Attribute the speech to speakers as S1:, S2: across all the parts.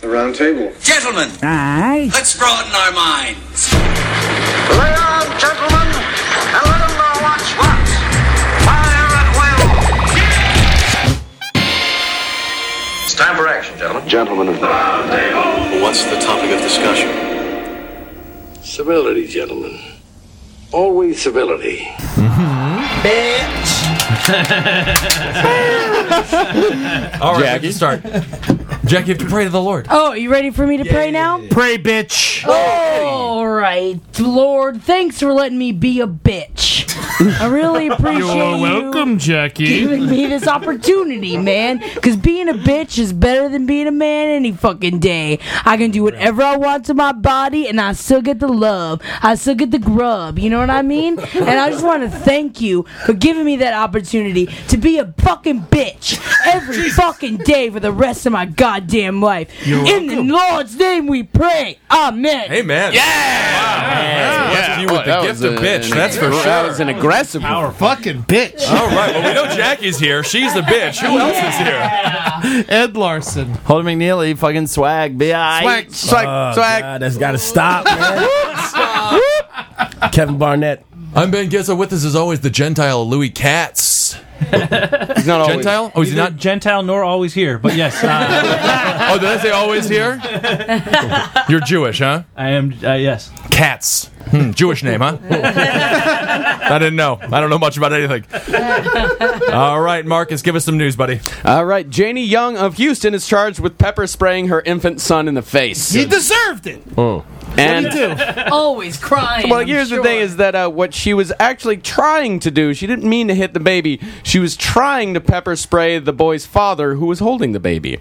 S1: The round table.
S2: Gentlemen,
S3: Aye.
S2: let's broaden our minds.
S4: Lay on, gentlemen, and let 'em know what's what. Fire at will. It's time for action, gentlemen.
S5: Gentlemen of the.
S6: What's the topic of discussion?
S5: Civility, gentlemen. Always civility.
S7: All right,
S8: Jackie?
S7: we can start. Jack, you have to pray to the Lord.
S9: Oh, you ready for me to pray now?
S3: Pray, bitch.
S9: All right, Lord, thanks for letting me be a bitch. I really appreciate you
S3: Jackie.
S9: giving me this opportunity, man. Because being a bitch is better than being a man any fucking day. I can do whatever I want to my body, and I still get the love. I still get the grub. You know what I mean? And I just want to thank you for giving me that opportunity to be a fucking bitch every fucking day for the rest of my goddamn life. In the Lord's name, we pray. Amen.
S7: Amen. Yeah. Wow. Blessed you with the gift of bitch. That's for sure.
S8: That was an aggressive.
S3: Our fucking bitch.
S7: All right. Well, we know Jackie's here. She's the bitch. Who else is here?
S3: Ed Larson.
S8: Holden McNeely, fucking swag, bi.
S3: Swag,
S8: swag, swag.
S10: Oh, God, that's got to stop, man. Kevin Barnett.
S7: I'm Ben Gizzo. With us, as always, the Gentile Louis Katz.
S8: He's not always.
S7: Gentile? Oh, is he not?
S11: Gentile nor always here, but yes,
S7: Oh, did I say always here? You're Jewish, huh?
S11: I am. Uh, yes,
S7: Katz. Hmm, Jewish name, huh? I didn't know. I don't know much about anything. All right, Marcus, give us some news, buddy.
S8: All right, Janie Young of Houston is charged with pepper spraying her infant son in the face.
S3: He deserved it.
S8: Oh. And
S9: always crying.
S8: Well,
S9: I'm
S8: here's
S9: sure.
S8: the thing: is that uh, what she was actually trying to do? She didn't mean to hit the baby. She was trying to pepper spray the boy's father, who was holding the baby.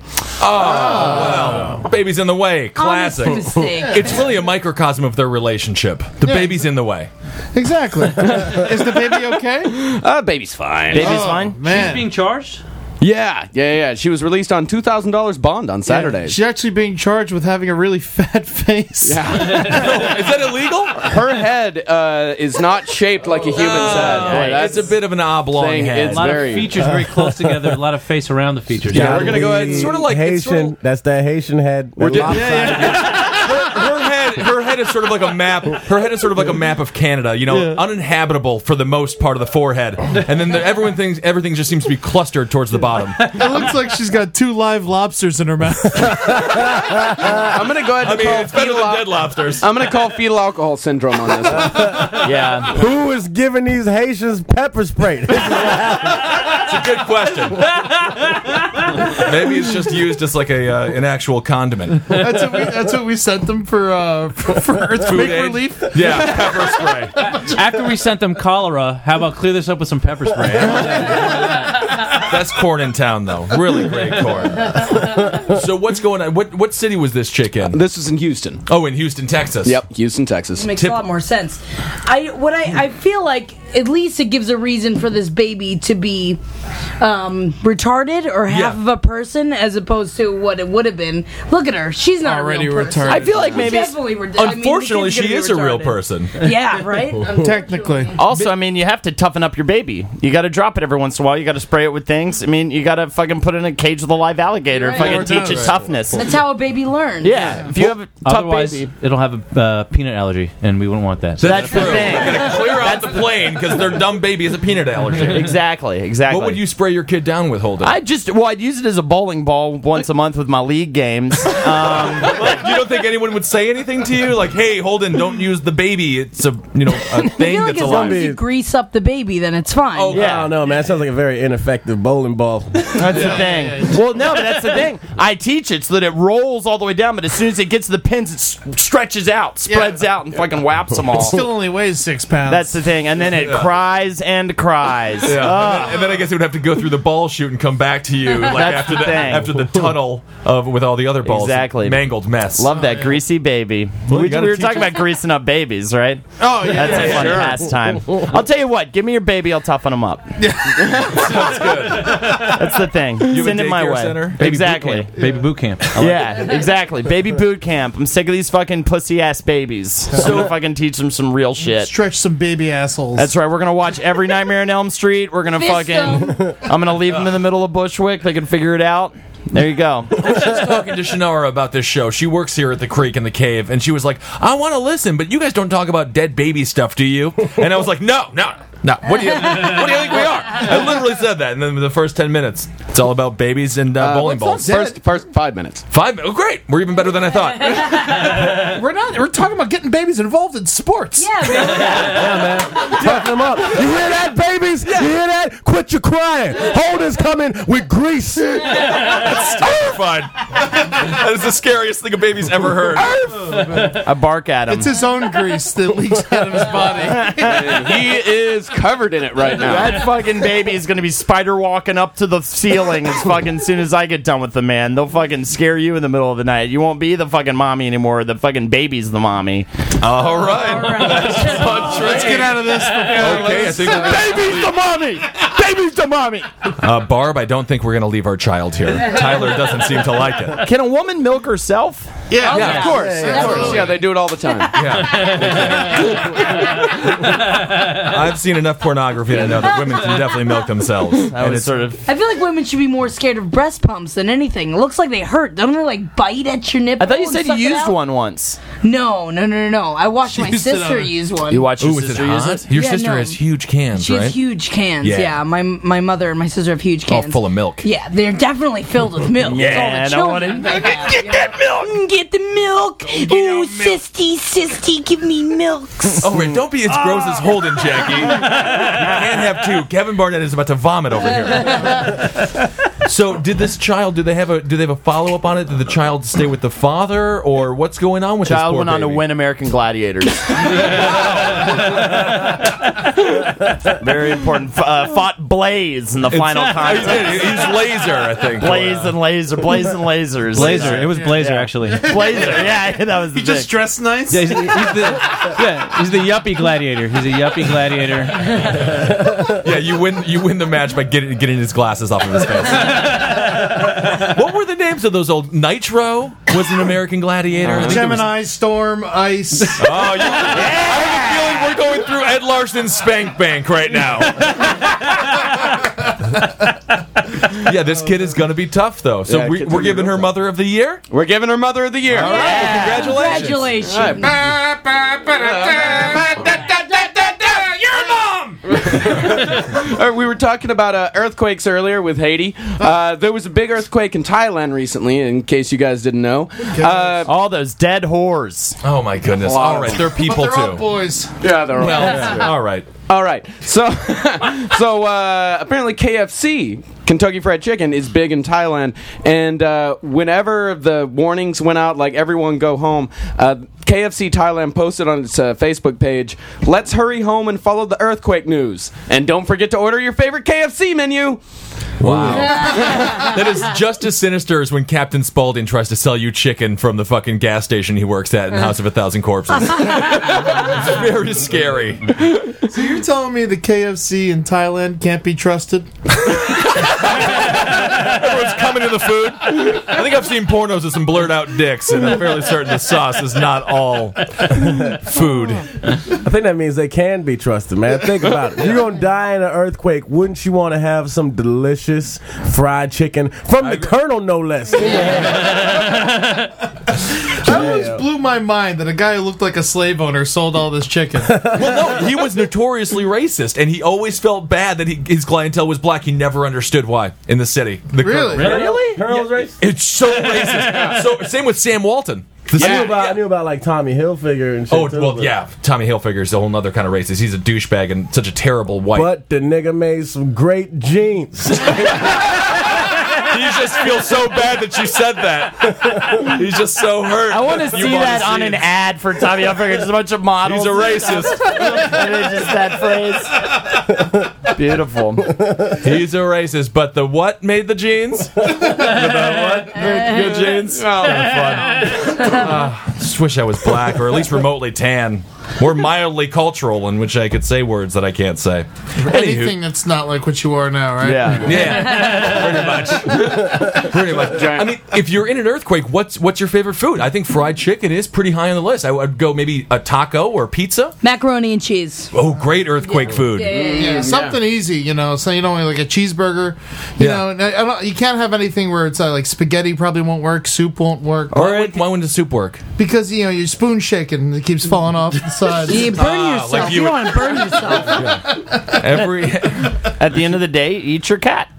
S7: Baby's in the way.
S9: Honest
S7: Classic.
S9: mistake.
S7: It's really a microcosm of their relationship. The baby's in the way.
S3: Exactly. Is the baby okay?
S8: Uh, baby's fine.
S10: Baby's fine.
S3: Man.
S11: being charged.
S8: yeah, yeah, yeah. She was released on two thousand dollars bond on Saturday.
S3: She's actually being charged with having a really fat face. Yeah.
S7: Is that illegal?
S8: Her head uh, is not shaped like a human's head. Boy, that's
S7: Uh, it's a bit of an oblong
S8: thing.
S7: head.
S8: It's
S11: A lot
S8: very- uh,
S11: of features very close together. A lot of face around the features.
S8: Yeah, we're gonna go ahead and
S7: Sort of like- it's
S10: Haitian.
S7: sort of-
S10: That's that Haitian head. That
S7: doing-
S10: lopsided-
S7: her head, her head is sort of like a map. Her head is sort of like a map of Canada. You know, uninhabitable for the most part of the forehead, and then the, everyone thinks everything just seems to be clustered towards the bottom.
S3: It looks like she's got two live lobsters in her mouth.
S8: I'm gonna go ahead
S7: I
S8: and
S7: mean,
S8: call
S7: it's better
S8: fetal
S7: than
S8: al-
S7: dead lobsters.
S8: I'm gonna call fetal alcohol syndrome on this. One.
S10: yeah. Who is giving these Haitians pepper spray?
S7: It's a good question. Maybe it's just used as like a uh, an actual condiment.
S3: That's what we, that's what we sent them for uh, for, for earthquake
S7: Food aid.
S3: relief.
S7: Yeah, pepper spray.
S11: After we sent them cholera, how about clear this up with some pepper spray?
S7: That's corn in town, though. Really great corn. So what's going on? What what city was this chick in?
S8: This was in Houston.
S7: Oh, in Houston, Texas.
S8: Yep, Houston, Texas.
S9: makes a lot more sense. I what I, I feel like at least it gives a reason for this baby to be um, retarded or half
S7: Yeah.
S9: of a person as opposed to what it would have been. Look at her; she's not
S3: Already
S9: a real person.
S3: retarded.
S8: I feel like maybe.
S9: Definitely re- I mean, the
S7: Unfortunately,
S9: kid's
S7: she
S9: gonna be
S7: is a real
S9: retarded.
S7: person.
S9: Yeah, right.
S3: Technically,
S10: Also, I mean, you have to toughen up your baby. You got to drop it every once in a while. You got to spray it with things. I mean, you got to fucking put it in a cage with a live alligator.
S9: Right.
S10: Fucking
S9: Yeah, we're
S10: teach it toughness.
S9: That's how a baby learns.
S10: Yeah, if you have a tough
S11: Otherwise,
S10: baby.
S11: it'll have a uh, peanut allergy, and we wouldn't want that.
S10: That's the
S7: We're
S10: thing.
S7: gonna clear out the plane because their dumb baby is a peanut allergy.
S10: Exactly, exactly.
S7: What would you spray your kid down with, Holden?
S10: I just well, I'd use it as a bowling ball once a month with my league games. Um,
S7: you don't think anyone would say anything to you? Like, hey, Holden, don't use the baby. It's a you know a
S9: I
S7: thing
S9: feel like
S7: that's
S9: as long
S7: alive.
S9: as you
S10: Zombie.
S9: grease up the baby, then it's fine.
S7: Oh,
S10: yeah,
S7: I
S10: I
S7: don't
S10: don't
S7: know.
S10: know, man. That sounds like a very ineffective bowling ball. that's the thing. Well, no, but that's the thing. I teach it so that it rolls all the way down, but as soon as it gets to the pins, it s- stretches out, spreads out, and fucking whaps them all.
S3: still only weighs six pounds.
S10: That's the thing, and then it cries and cries.
S7: Yeah.
S3: Ah.
S10: Ugh.
S7: and, then, and then I guess it would have to go through the ball shoot and come back to you like
S10: That's
S7: after
S10: the
S7: the,
S10: thing.
S7: after the tunnel of with all the other balls.
S10: Exactly.
S7: Mangled mess.
S10: Love
S3: Oh,
S10: that greasy baby.
S7: you
S10: we,
S7: gotta
S10: we were
S7: teach
S10: talking about greasing up babies, right?
S3: oh yeah,
S10: That's a fun pastime. I'll tell you what. Give me your baby. I'll toughen him up. Sounds good. That's the thing. Send it
S7: daycare
S10: my way.
S7: center? Baby boot
S10: exactly.
S11: Baby boot camp. I like
S10: Yeah, exactly. Baby boot camp. I'm sick of these fucking pussy ass babies. So if I can teach them some real shit.
S3: stretch some baby assholes.
S10: That's right. We're gonna watch every Nightmare on Elm Street. We're gonna
S9: Fist
S10: fucking. I'm gonna leave them in the middle of Bushwick. They can figure it out. There you go.
S7: was talking to Shannara about this show. She works here at the Creek in the Cave, and she was like, "I want to listen, but you guys don't talk about dead baby stuff, do you?" And I was like, "No, no, no. What do you, what do you think we are?" I literally said that, and then the first ten minutes, it's all about babies and uh, bowling balls.
S8: First, first five minutes.
S7: Five, mi- oh, great, we're even better than I thought.
S3: We're not. We're talking about getting babies involved in sports.
S9: Yeah, really.
S1: Fuck them up. You hear that, babies? You hear that? Quit your crying. Hold is coming with grease.
S7: Fine. that is the scariest thing a baby's ever heard.
S10: I bark at him.
S3: It's his own grease that leaks out of his body.
S8: he is covered in it right now.
S10: that fucking baby is gonna be spider walking up to the ceiling as fucking soon as I get done with the man. They'll fucking scare you in the middle of the night. You won't be the fucking mommy anymore. The fucking baby's the mommy.
S7: All right.
S3: Let's get out of this.
S7: Okay, I think we're-
S10: baby's the mommy. Baby's the mommy.
S7: uh, Barb, I don't think we're going to leave our child here. Tyler doesn't seem to like it.
S10: Can a woman milk herself?
S3: Yeah,
S7: yeah.
S3: of course. Of course.
S8: Yeah, they do it all the time.
S7: I've seen enough pornography to know that women can definitely milk themselves. And it's sort of
S9: I feel like women should be more scared of breast pumps than anything. It looks like they hurt. Don't they like bite at your nipple?
S10: I thought you
S9: and
S10: said you
S9: suck it
S10: used
S9: out?
S10: one once.
S9: No, no, no, no, no. I watched my
S3: used it
S9: sister
S3: on-
S9: use one.
S10: You watch your
S7: Ooh, is it
S10: sister use it?
S7: hot? Your
S9: Yeah,
S7: sister
S9: no.
S7: has huge cans,
S9: She has
S7: right?
S9: huge cans.
S7: Yeah.
S9: Yeah. my my mother and my sister have huge
S7: All
S9: cans.
S7: full of milk.
S9: Yeah, they're definitely filled with milk.
S10: Yeah,
S9: it's
S10: I don't
S9: all the
S10: want
S9: children.
S10: it.
S9: Get that milk. Mm, Get the milk. Ooh, sisty, sisty, give me milks.
S7: Oh, Rick, don't be as gross as Holden, Jackie. you can't have two. Kevin Barnett is about to vomit over here. so, did this child? Do they have a? Do they have a follow up on it? Did the child stay with the father, or what's going on with this
S10: Child
S7: poor
S10: went on to
S7: baby?
S10: win American Gladiators. Very important. F- Uh, fought Blaze in the final
S7: Oh, he did.
S10: contest.
S7: He's laser, I think.
S10: Blaze and laser, Blaze and lasers,
S11: Blazer. It was Blazer, actually. Yeah,
S10: Blazer. Yeah, that was the
S3: Just
S10: big.
S3: dress nice.
S11: he's, he's the, yeah, he's the yuppie gladiator. He's a yuppie gladiator.
S7: Yeah, you win. You win the match by getting getting his glasses off of his face. what were the names of those old Nitro? Was an American Gladiator. I think there was-
S3: Gemini, storm, ice.
S7: Oh, you, I have a feeling we're going through Ed Larson's Spank Bank right now. yeah, this kid is going to be tough, though. So
S8: Yeah,
S7: we,
S8: kids
S7: we're
S8: are
S7: giving her Mother of the Year?
S8: We're giving her Mother of the Year.
S7: All right, well, congratulations.
S9: Congratulations.
S7: You're a mom!
S8: All right, we were talking about uh, earthquakes earlier with Haiti. Uh, there was a big earthquake in Thailand recently, in case you guys didn't know. Uh,
S10: All those dead whores.
S7: Oh, my goodness.
S8: Wow.
S7: All right, they're
S3: But
S7: people,
S3: they're all
S7: too.
S3: boys.
S8: yeah, there were-
S7: Well, all right.
S8: All right. So, so uh, apparently KFC, Kentucky Fried Chicken, is big in Thailand. And uh, whenever the warnings went out, like everyone go home, uh, KFC Thailand posted on its uh, Facebook page, "Let's hurry home and follow the earthquake news, and don't forget to order your favorite KFC menu."
S7: Wow. that is just as sinister as when Captain Spaulding tries to sell you chicken from the fucking gas station he works at in House of a Thousand Corpses. it's very scary.
S3: So you're telling me the KFC in Thailand can't be trusted?
S7: Everyone's coming to the food. I think I've seen pornos with some blurred out dicks, and I'm fairly certain the sauce is not all food.
S1: I think that means they can be trusted, man. Think about it. If you're gonna die in an earthquake, wouldn't you want to have some delicious fried chicken from the Colonel, no less?
S3: That always blew my mind that a guy who looked like a slave owner sold all this chicken.
S7: Well, no, he was notoriously racist, and he always felt bad that he, his clientele was black. He never understood why in the city. The
S3: Really?
S1: really? Colonel's race?
S7: It's so racist. So same with Sam Walton. The
S1: I
S7: same-
S1: knew about I knew about like Tommy Hilfiger and shit.
S7: Oh
S1: too,
S7: well,
S1: but-
S7: yeah. Tommy Hilfiger is a whole other kind of racist. He's a douchebag and such a terrible white.
S1: But the nigga made some great jeans.
S7: he just feels so bad that you said that. He's just so hurt.
S10: I want to see that on an ad for Tommy Hilfiger. Just a bunch of models.
S7: He's a racist.
S10: and it's just that phrase. Beautiful.
S7: He's a racist, but the what made the jeans? the what made the good jeans? Oh, fun. Ah, it's just wish I was black or at least remotely tan or mildly cultural, in which I could say words that I can't say.
S3: Anything that's not like what you are now, right?
S7: Yeah. Pretty much. I mean, if you're in an earthquake, what's what's your favorite food? I think fried chicken is pretty high on the list. I would go maybe a taco or pizza.
S9: Macaroni and cheese.
S7: Oh, great earthquake food.
S9: Yeah, yeah, yeah.
S3: Yeah, something easy, you know. So you don't want like a cheeseburger, you
S7: Yeah.
S3: know. And I I don't, you can't have anything where it's uh, like spaghetti probably won't work, soup won't work.
S7: Why, would, why wouldn't the soup work?
S3: Because you know your spoon shaking, and it keeps falling off the sides.
S9: You burn
S7: Ah,
S9: yourself.
S7: like you
S9: you
S7: would-
S9: want to burn yourself.
S7: Every yeah,
S11: At the end of the day, eat your cat.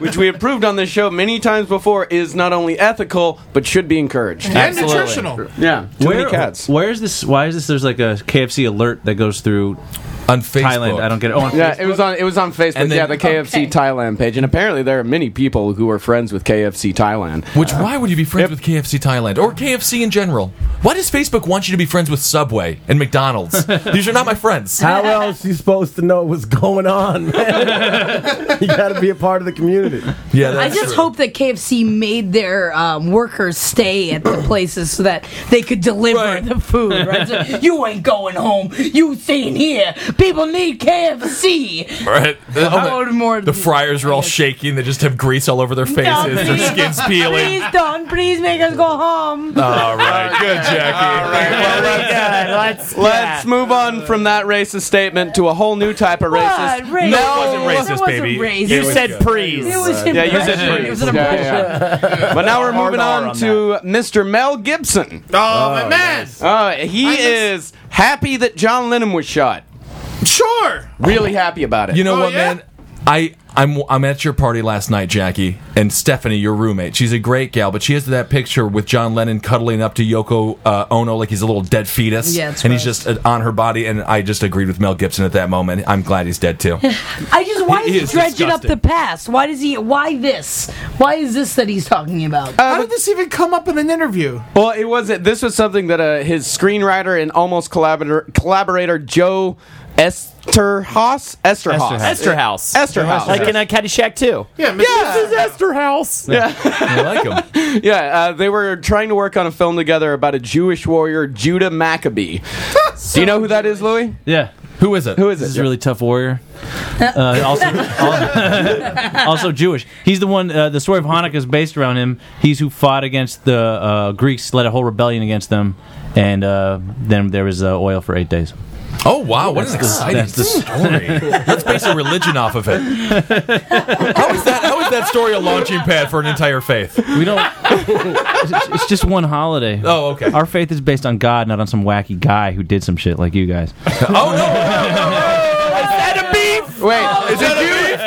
S8: which we have proved on this show many times before, is not only ethical but should be encouraged.
S3: and nutritional.
S8: Yeah, too many cats.
S11: Where is this? Why is this? There's like a KFC alert that goes through
S7: on Facebook.
S11: Thailand. I don't get it. Oh, on
S8: Yeah, it was on it was on Facebook.
S7: And then-
S8: yeah, the KFC Thailand page, and apparently there are many people who are friends with KFC Thailand.
S7: Which why would you be friends with KFC Thailand or KFC in general? Why does Facebook want you to be friends with Subway and McDonald's? These are not my friends.
S1: How else you supposed to know what's going on, man? you got to be a part of the community.
S7: Yeah, that's
S9: I just
S7: true.
S9: hope that KFC made their um, workers stay at the places so that they could deliver
S7: Right.
S9: the food. Right? So, you ain't going home. You staying here. People need KFC.
S7: Right.
S9: I want more.
S7: The fryers are all shaking. They just have grease all over their faces.
S9: No,
S7: their
S9: please.
S7: skin's peeling.
S9: Please don't. Please make us go home.
S7: All right. Good, Jackie.
S11: let's
S8: Let's move on from that racist statement to a whole new type of racist.
S9: What? Racist.
S7: No, it wasn't
S9: It
S7: racist,
S9: wasn't
S7: baby.
S9: racist.
S7: It
S9: You
S7: was
S11: said
S7: good.
S11: please.
S9: It was
S8: Yeah, you said
S9: impression.
S8: please.
S9: It was an
S8: Yeah,
S9: impression.
S8: But now we're moving
S11: R
S8: on,
S11: on
S8: to Mr. Mel Gibson.
S3: Oh, my man!
S8: Uh, he is happy that John Lennon was shot.
S3: Sure.
S8: Really happy about it.
S7: You know
S3: Oh,
S7: what,
S3: yeah?
S7: man? I I'm I'm at your party last night, Jackie, and Stephanie, your roommate. She's a great gal, but she has that picture with John Lennon cuddling up to Yoko uh, Ono like he's a little dead fetus,
S9: Yeah, that's
S7: and
S9: right.
S7: he's just uh, on her body. And I just agreed with Mel Gibson at that moment. I'm glad he's dead too.
S9: I just why
S7: He
S9: is he
S7: is
S9: dredging up
S7: disgusting.
S9: the past? Why does he? Why this? Why is this that he's talking about?
S7: Uh,
S3: How did this even come up in an interview?
S8: Well, it wasn't. This was something that uh, his screenwriter and almost collaborator collaborator Joe Esterhaus Esterhaus
S11: Esther House.
S8: Esterhaus.
S11: Like in a Caddyshack too.
S3: Yeah, Mr.
S8: this is Esther House. Yeah,
S7: I like him.
S8: yeah. Uh, they were trying to work on a film together about a Jewish warrior, Judah Maccabee. Do you know who that is, Louis?
S11: Yeah.
S7: Who is it?
S8: Who is
S11: This is
S8: it?
S11: a really tough warrior. Uh, also, al- also Jewish. He's the one. Uh, the story of Hanukkah is based around him. He's who fought against the uh, Greeks, led a whole rebellion against them, and uh, then there was uh, oil for eight days.
S7: Oh wow, what an exciting
S11: that's the-
S7: story! Let's base a religion off of it. How is that? How is that story a launching pad for an entire faith?
S11: We don't. it's, it's just one holiday.
S7: Oh okay.
S11: Our faith is based on God, not on some wacky guy who did some shit like you guys.
S7: Oh no! no, no, no.
S3: Oh,
S8: Wait,
S7: Is that a beef?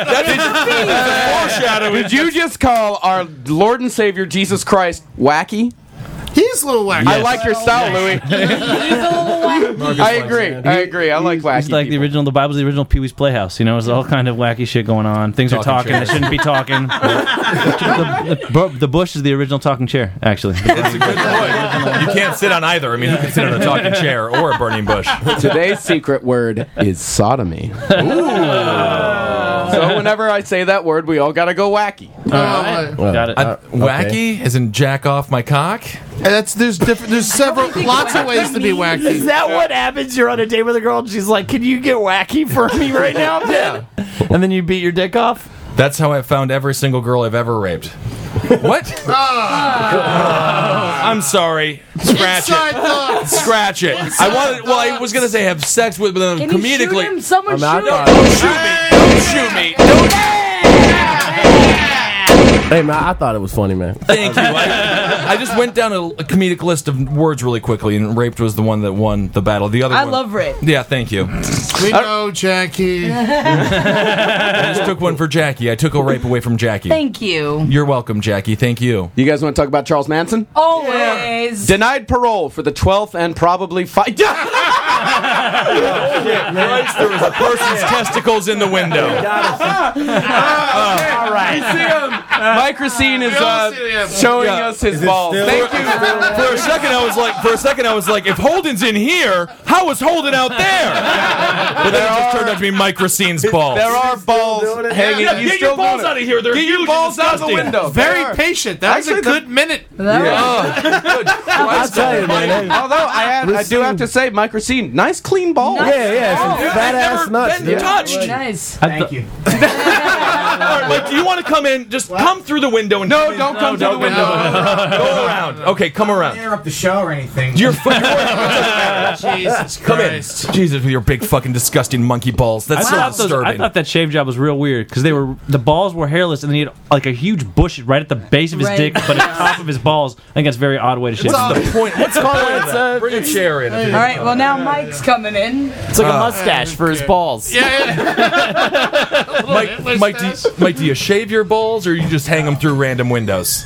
S7: That's a foreshadowing.
S8: did you just call our Lord and Savior Jesus Christ wacky?
S3: He's a little wacky.
S8: I like your style, Louis. I agree. I agree. I like wacky.
S11: It's like the
S8: people.
S11: original. The Bible's the original Pee Wee's Playhouse. You know, it's all kind of wacky shit going on. Things are
S7: Talking chair.
S11: talking that shouldn't be talking. the, the, bu- the bush is the original talking chair, actually.
S7: That's a good point. You can't sit on either. I mean, you can sit on a talking chair or a burning bush.
S8: Today's secret word is sodomy. So whenever I say that word, we all gotta go wacky.
S3: Uh,
S11: Got it.
S7: Uh, wacky, as in jack off my cock.
S3: that's there's different. There's several lots of ways to be wacky.
S10: that what happens? You're on a date with a girl, and she's like, "Can you get wacky for me right now, man?" And then you beat your dick off.
S7: That's how I found every single girl I've ever raped. What? Ah. I'm sorry. Scratch
S3: Side
S7: it.
S3: thoughts.
S7: Scratch it. I wanted. Well, I was gonna say have sex with, but then
S9: Can you shoot
S7: comedically.
S9: him? Someone shoot
S1: I
S9: him.
S1: thought-
S7: Don't shoot me. Don't shoot me. Don't.
S1: Hey man, I thought it was funny, man.
S7: Thank you. I, I just went down a, a comedic list of words really quickly, and raped was the one that won the battle. The other
S9: I
S7: one-
S9: love rape.
S7: Yeah, thank you.
S3: We know, Jackie.
S7: just took one for Jackie. I took a rape away from Jackie.
S9: Thank you.
S7: You're welcome, Jackie. Thank you.
S8: You guys want to talk about Charles Manson?
S9: Always.
S8: Denied parole for the twelfth and probably five.
S7: there was a person's testicles in the window.
S10: All right.
S7: My
S8: Mike Racine is
S7: We all
S8: uh,
S7: see it, yeah.
S8: showing
S7: Yeah.
S8: us his balls. Thank you.
S7: for a second, I was like, for a second, I was like, if Holden's in here, how is Holden out there? But then it just turned out to be Mike Racine's balls.
S8: There are balls hanging.
S7: Yeah,
S8: you
S7: get
S8: still
S7: your balls
S8: doing it.
S7: out of here. They're
S8: Get your
S7: huge
S8: balls
S7: and
S8: out of the
S7: disgusting.
S8: window. They are.
S3: Very patient. That was a
S8: Actually,
S3: good minute.
S8: Yeah.
S1: I'll tell you, man. hey,
S8: Although I, have, I do have to say, Mike Racine, nice clean balls.
S1: Yeah, yeah, some
S9: Oh,
S1: fat
S7: I've
S1: ass
S7: never
S1: nuts.
S7: been
S1: Yeah.
S7: touched.
S9: Nice.
S11: Thank you.
S7: All right, Mike, do you want to come in? Just come through the window and
S8: No, don't come to the
S7: don't-
S8: window.
S7: go around. Okay, come around.
S12: interrupt the show or anything.
S7: Your, your,
S3: Jesus Christ.
S7: come in, Jesus, with your big fucking disgusting monkey balls.
S11: I
S7: That's so
S11: thought, those, I
S7: disturbing.
S11: thought that shave job was real weird because they were the balls were hairless and then he had like a huge bush right at the base of his
S9: Right.
S11: dick, but at the top of his balls. I think that's a very odd way to shave.
S7: What's the point? What's the point of that? Bring a chair in. if
S9: All
S7: you're-
S9: right. Well, now Mike's coming in.
S10: It's like a mustache for his balls.
S3: Yeah,
S7: Mike, Mike, do you, Mike, do you shave your balls or you just hang them through random windows?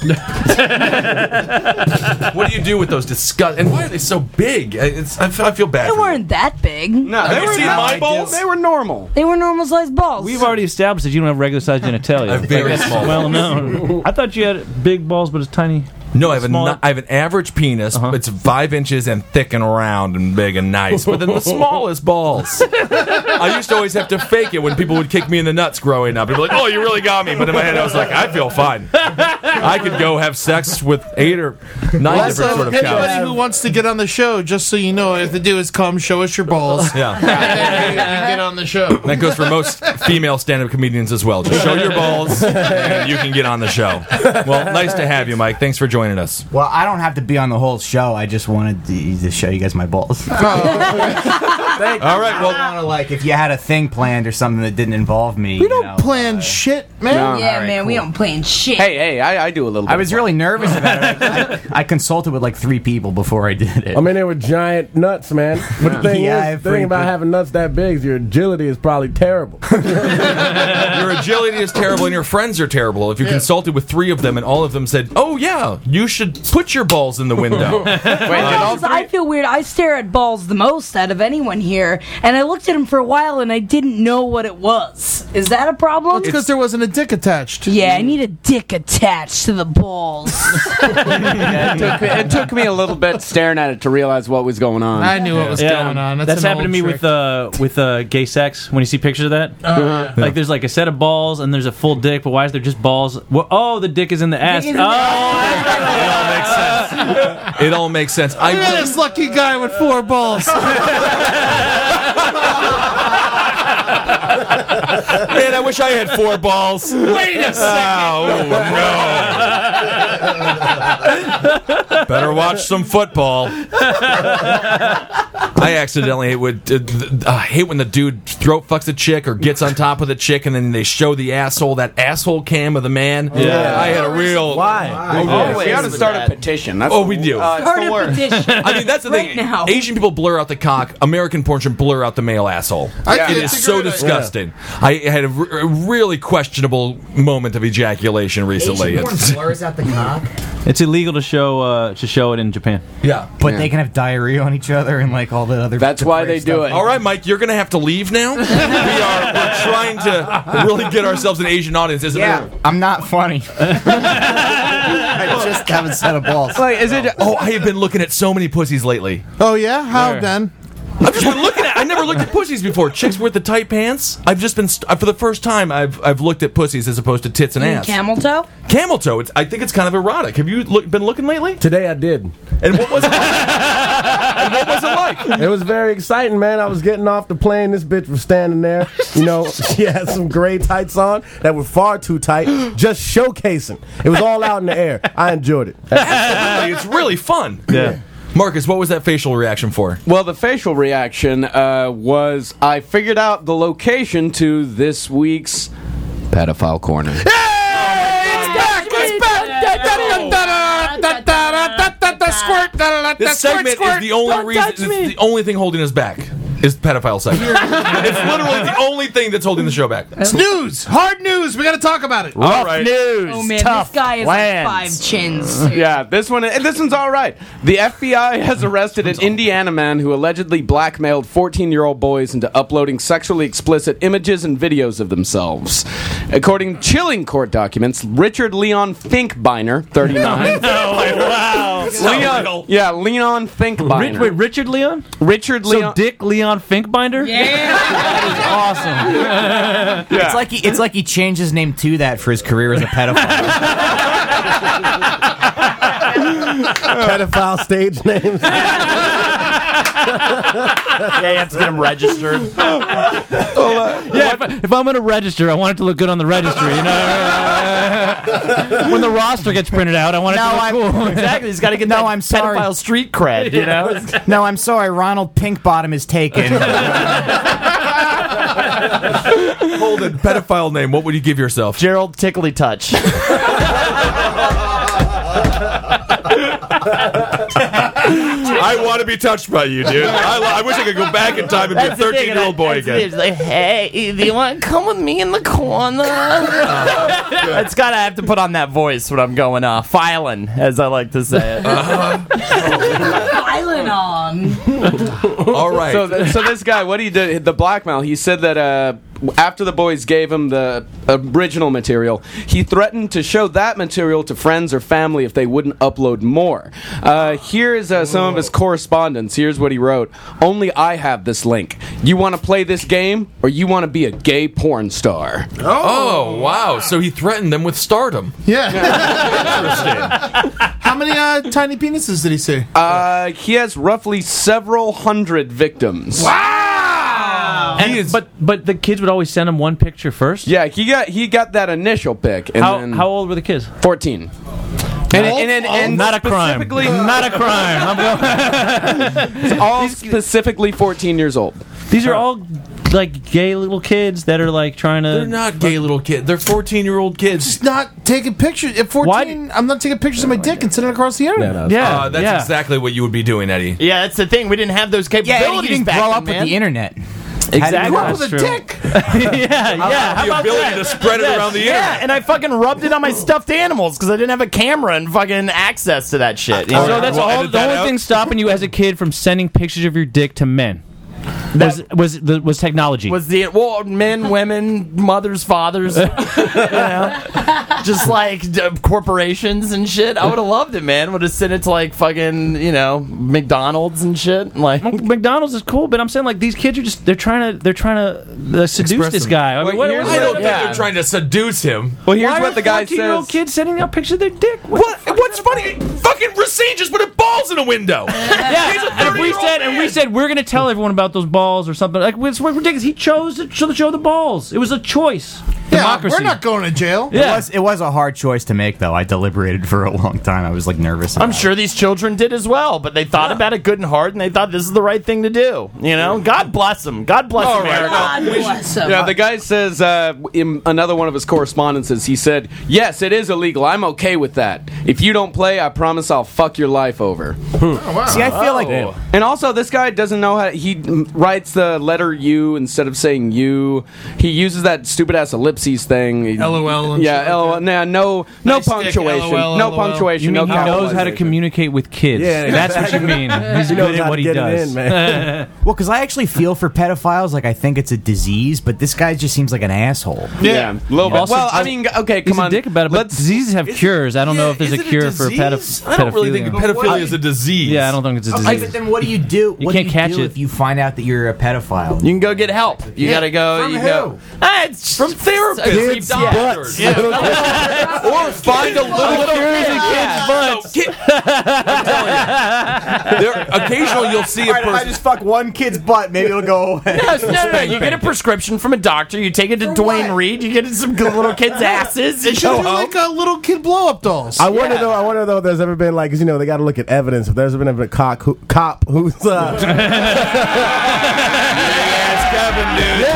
S7: what do you do with those disgust? And why are they so big? I- It's, I, feel, I feel bad.
S9: They
S7: for you.
S9: weren't that big.
S8: No,
S7: Have
S8: they
S7: you
S8: were
S7: seen
S8: not-
S7: my balls?
S8: They were normal.
S9: They were normal sized balls.
S11: We've already established that you don't have regular sized genitalia.
S7: I have very
S11: Like, that's
S7: small
S11: Well known. I thought you had big balls, but it's tiny.
S7: No, I have, a
S11: Smaller?
S7: ni- I have an average penis.
S11: Uh-huh.
S7: It's five inches and thick and round and big and nice, but then the smallest balls. I used to always have to fake it when people would kick me in the nuts growing up. They'd be like, "Oh, you really got me," but in my head, I was like, "I feel fine. I could go have sex with eight or nine different
S3: So
S7: sort of
S3: anybody
S7: cows."
S3: who wants to get on the show, just so you know, all you have to do is come show us your balls.
S7: Yeah,
S3: and you get on the show.
S7: that goes for most female stand-up comedians as well. Just show your balls, and you can get on the show. Well, nice to have you, Mike. Thanks for joining us.
S12: Well, I don't have to be on the whole show. I just wanted to, to show you guys my balls. I
S7: All right, well.
S12: want to like if you had a thing planned or something that didn't involve me.
S3: We don't plan shit, man.
S9: yeah, man. We don't plan shit.
S8: Hey, hey, I, I do a little. Bit
S12: I was really nervous about it. I, I consulted with like three people before I did it.
S1: I mean, they were giant nuts, man. But the thing
S12: Yeah, I
S1: is,
S12: have
S1: the thing
S12: pretty-
S1: about having nuts that big is your agility is probably terrible.
S7: Your agility is terrible, and your friends are terrible. If you consulted with three of them, and all of them said, "Oh yeah, you should put your balls in the window,"
S8: Wait, did all
S9: Balls, Uh, I feel weird. I stare at balls the most out of anyone here, and I looked at him for a while and I didn't know what it was. Is that a problem?
S3: It's because there wasn't a dick attached.
S9: yeah, I need a dick attached to the balls.
S8: it, took, it took me a little bit staring at it to realize what was going on.
S3: I knew what was going on. That's,
S11: that's
S3: an
S11: happened to
S3: old
S11: me
S3: trick.
S11: with uh with uh gay sex when you see pictures of that. Like there's like a set of balls and there's a full dick, but why is there just balls? Well, oh, the dick is in the ass.
S9: is
S11: Oh,
S9: in the
S11: that's right.
S7: it all makes sense. I
S3: Look at this lucky guy with four balls.
S7: man, I wish I had four balls. Wait a second. Oh no. Better watch some football. I accidentally would uh, th- uh, hate when the dude throat fucks a chick or gets on top of the chick and then they show the asshole that asshole cam of the man.
S11: Yeah.
S7: I had a real
S1: Why?
S8: we ought to start a petition. That's
S7: Oh,
S8: the-
S7: we do.
S8: Uh, it's
S9: Start
S8: the
S9: a
S8: worst.
S9: petition.
S7: I mean, that's the
S9: Right
S7: thing.
S9: now.
S7: Asian people blur out the cock. American porn should blur out the male asshole.
S3: Yeah.
S7: It
S3: It's a
S7: is so
S3: great idea.
S7: disgusting. I had a, re- a really questionable moment of ejaculation recently. It's-
S12: blurs out the cock,
S11: It's illegal to show uh, to show it in Japan.
S7: yeah.
S12: but they can have diarrhea on each other and like all the other.
S8: That's why they do it.
S7: All right, Mike, you're going to have to leave now. we are we're trying to really get ourselves an Asian audience. Isn't
S12: Yeah,
S7: it?
S12: I'm not funny. I just haven't set a balls.
S8: Like, is it?
S7: Oh, I have been looking at so many pussies lately.
S3: oh yeah, how then?
S7: I've just been looking at. I never looked at pussies before. Chicks with the tight pants. I've just been st- for the first time. I've I've looked at pussies as opposed to tits and ass.
S9: Camel toe?
S7: Camel toe. It's, I think it's kind of erotic. Have you look, been looking lately?
S1: Today I did.
S7: And what was it? and what was it like?
S1: It was very exciting, man. I was getting off the plane. This bitch was standing there. You know, she had some gray tights on that were far too tight, just showcasing. It was all out in the air. I enjoyed it.
S7: Absolutely, it's really fun.
S11: Yeah.
S7: Marcus, what was that facial reaction for?
S8: Well, the facial reaction uh, was I figured out the location to this week's pedophile corner.
S7: This segment is the only reason. It's the only thing holding us back. is the pedophile segment. it's literally the only thing that's holding the show back.
S3: It's news. Hard news. We got to talk about it.
S7: All right.
S9: Oh man, this guy is like five chins.
S8: Yeah, this one. and This one's all right. The FBI has arrested an Indiana man who allegedly blackmailed 14-year-old boys into uploading sexually explicit images and videos of themselves. According to chilling court documents, Richard Leon Finkbeiner, 39.
S11: wow.
S8: Leon, yeah, Leon Finkbeiner.
S11: Rich, wait, Richard Leon?
S8: Richard
S11: So
S8: Leon.
S11: Dick Leon Finkbinder? Yeah.
S8: Yeah.
S12: It's like he, it's like he changed his name to that for his career as a pedophile.
S1: Pedophile stage names.
S10: yeah, you have to get him registered.
S11: yeah, if, I, if I'm going to register, I want it to look good on the registry. You know, when the roster gets printed out, I want it
S12: No,
S11: to look
S12: I'm
S11: cool.
S12: exactly. He's got to get no. I'm sorry.
S10: Pedophile street cred, you know?
S12: No, I'm sorry. Ronald Pinkbottom is taken.
S7: Hold it. Pedophile name. What would you give yourself?
S10: Gerald Tickly Touch.
S7: I want to be touched by you, dude. I, lo- I wish I could go back in time and be a
S10: That's the thing,
S7: 13 year old
S10: and
S7: boy
S10: I- that's the thing,
S7: again.
S10: it's like, hey, do you want to come with me in the corner? it's gotta I have to put on that voice when I'm going uh filing, as I like to say it.
S7: Uh-huh.
S9: Island on.
S7: All right.
S8: So, th- so this guy, what he did, the blackmail, he said that uh, after the boys gave him the original material, he threatened to show that material to friends or family if they wouldn't upload more. Uh, here's uh, some of his correspondence. Here's what he wrote Only I have this link. You want to play this game, or you want to be a gay porn star?
S7: oh, wow. So he threatened them with stardom.
S3: Yeah. How many uh, tiny penises did he see?
S8: Uh, he has roughly several hundred victims.
S11: And- but but the kids would always send him one picture first.
S8: Yeah, he got he got that initial pick. And
S11: How,
S8: then
S11: how old were the kids?
S8: 14. And, and, and, and
S11: Not a crime.
S8: specifically-
S11: Not a crime. I'm going-
S8: all specifically 14 years old.
S11: These are all like gay little kids that are like trying
S7: They're
S11: to.
S7: not gay little kids. They're 14 year old kids.
S3: Just not taking pictures. At 14, I'm not taking pictures of my dick and sending it across the internet.
S11: yeah,
S7: Uh, that's
S11: yeah.
S7: exactly what you would be doing, Eddie.
S10: yeah, that's the thing. We didn't have those
S12: yeah, and
S10: capabilities
S12: he didn't
S10: back
S12: grow
S10: then,
S12: up with
S10: man.
S12: the internet.
S11: Exactly.
S3: Grow up with a
S11: That's true.
S3: dick.
S11: yeah, yeah. How
S7: the
S11: about
S7: ability
S11: that?
S7: to spread it around the
S10: Yeah,
S7: internet.
S10: and I fucking rubbed it on my stuffed animals because I didn't have a camera and fucking access to that shit. you
S11: So
S10: know?
S11: that's
S7: We'll
S11: all. The
S7: edit that
S11: only
S7: out.
S11: thing stopping you as a kid from sending pictures of your dick to men was was the, was technology.
S10: was the well men, women, mothers, fathers, you know, just like d- corporations and shit. I would have loved it, man. Would have sent it to like fucking you know McDonald's and shit. Like
S11: McDonald's is cool, but I'm saying like these kids are just they're trying to they're trying to uh, seduce
S7: Express
S11: this
S7: them.
S11: guy. I mean, what,
S8: here's
S11: what-
S7: I don't think
S10: Yeah.
S7: they're trying to seduce him.
S8: Well, here's
S11: why
S8: what
S11: are
S8: the guy says.
S11: Fourteen-year-old kids sending out pictures of their dick. What?
S7: What? What's funny? Fucking Racine just put a balls in a window.
S11: Yeah, and if we said and we said we're gonna tell everyone about those balls or something like it's ridiculous. He chose to show, to show the balls. It was a choice.
S3: Yeah,
S11: Democracy.
S3: we're not going to jail.
S11: Yeah.
S12: It was, it was a hard choice to make, though. I deliberated for a long time. I was like nervous.
S10: I'm
S12: about it.
S10: sure these children did as well, but they thought about it good and hard, and they thought this is the right thing to do. You know, God bless them. God bless
S7: All
S10: America.
S7: right.
S9: God bless him.
S8: Yeah, the guy says uh, in another one of his correspondences. He said, "Yes, it is illegal. I'm okay with that. If you don't play, I promise I'll fuck your life over."
S11: Hmm.
S3: Oh,
S12: See, I feel like
S8: And also, this guy doesn't know how he mm, writes the letter U instead of saying you. He uses that stupid ass ellipses thing. He-
S3: LOL and shit like
S8: yeah, LOL. Nah, no, no
S3: Nice dick,
S8: punctuation.
S3: LOL.
S8: no punctuation.
S11: You mean
S8: no
S11: he knows how to
S8: capitalization.
S11: communicate with kids?
S1: Yeah,
S11: that's what you mean. He's
S1: He knows
S11: good
S1: how
S11: at
S1: to
S11: what he
S1: get it
S11: does.
S1: in, man.
S12: Well, because I actually feel for pedophiles. Like, I think it's a disease, but this guy just seems like an asshole.
S8: Yeah, little bit.
S11: Also,
S8: well, I mean, okay, come
S11: He's
S8: on.
S11: a dick about it, but
S8: Let's
S11: diseases have cures. I don't know if there's a cure for pedoph- pedophilia.
S7: I don't really think pedophilia is a disease.
S11: Yeah, I don't think it's a
S12: Like, but
S11: disease.
S12: then what do you do?
S11: You
S12: what
S11: can't
S12: do you
S11: catch
S12: do
S11: it.
S12: if you find out that you're a pedophile.
S10: You can go get help. You gotta go. you go. Ah, it's from
S7: Therapists,
S1: Kids'
S7: doctors.
S1: butts.
S7: or find a little
S11: Yeah.
S7: butts. there, occasionally you'll see a person.
S12: fuck one kid's butt, maybe it'll go away.
S10: No, no, no, no. You get a prescription from a doctor. You take it to Dwayne Reed. You get it some good little kids' asses. And
S3: Should
S7: Oh,
S10: go
S3: do
S10: home.
S3: like a little kid blow up dolls.
S1: I wonder though. I wonder though. If there's ever been like, 'cause, you know, they got to look at evidence. If there's ever been a cock who, cop who's uh,
S7: Kevin, dude.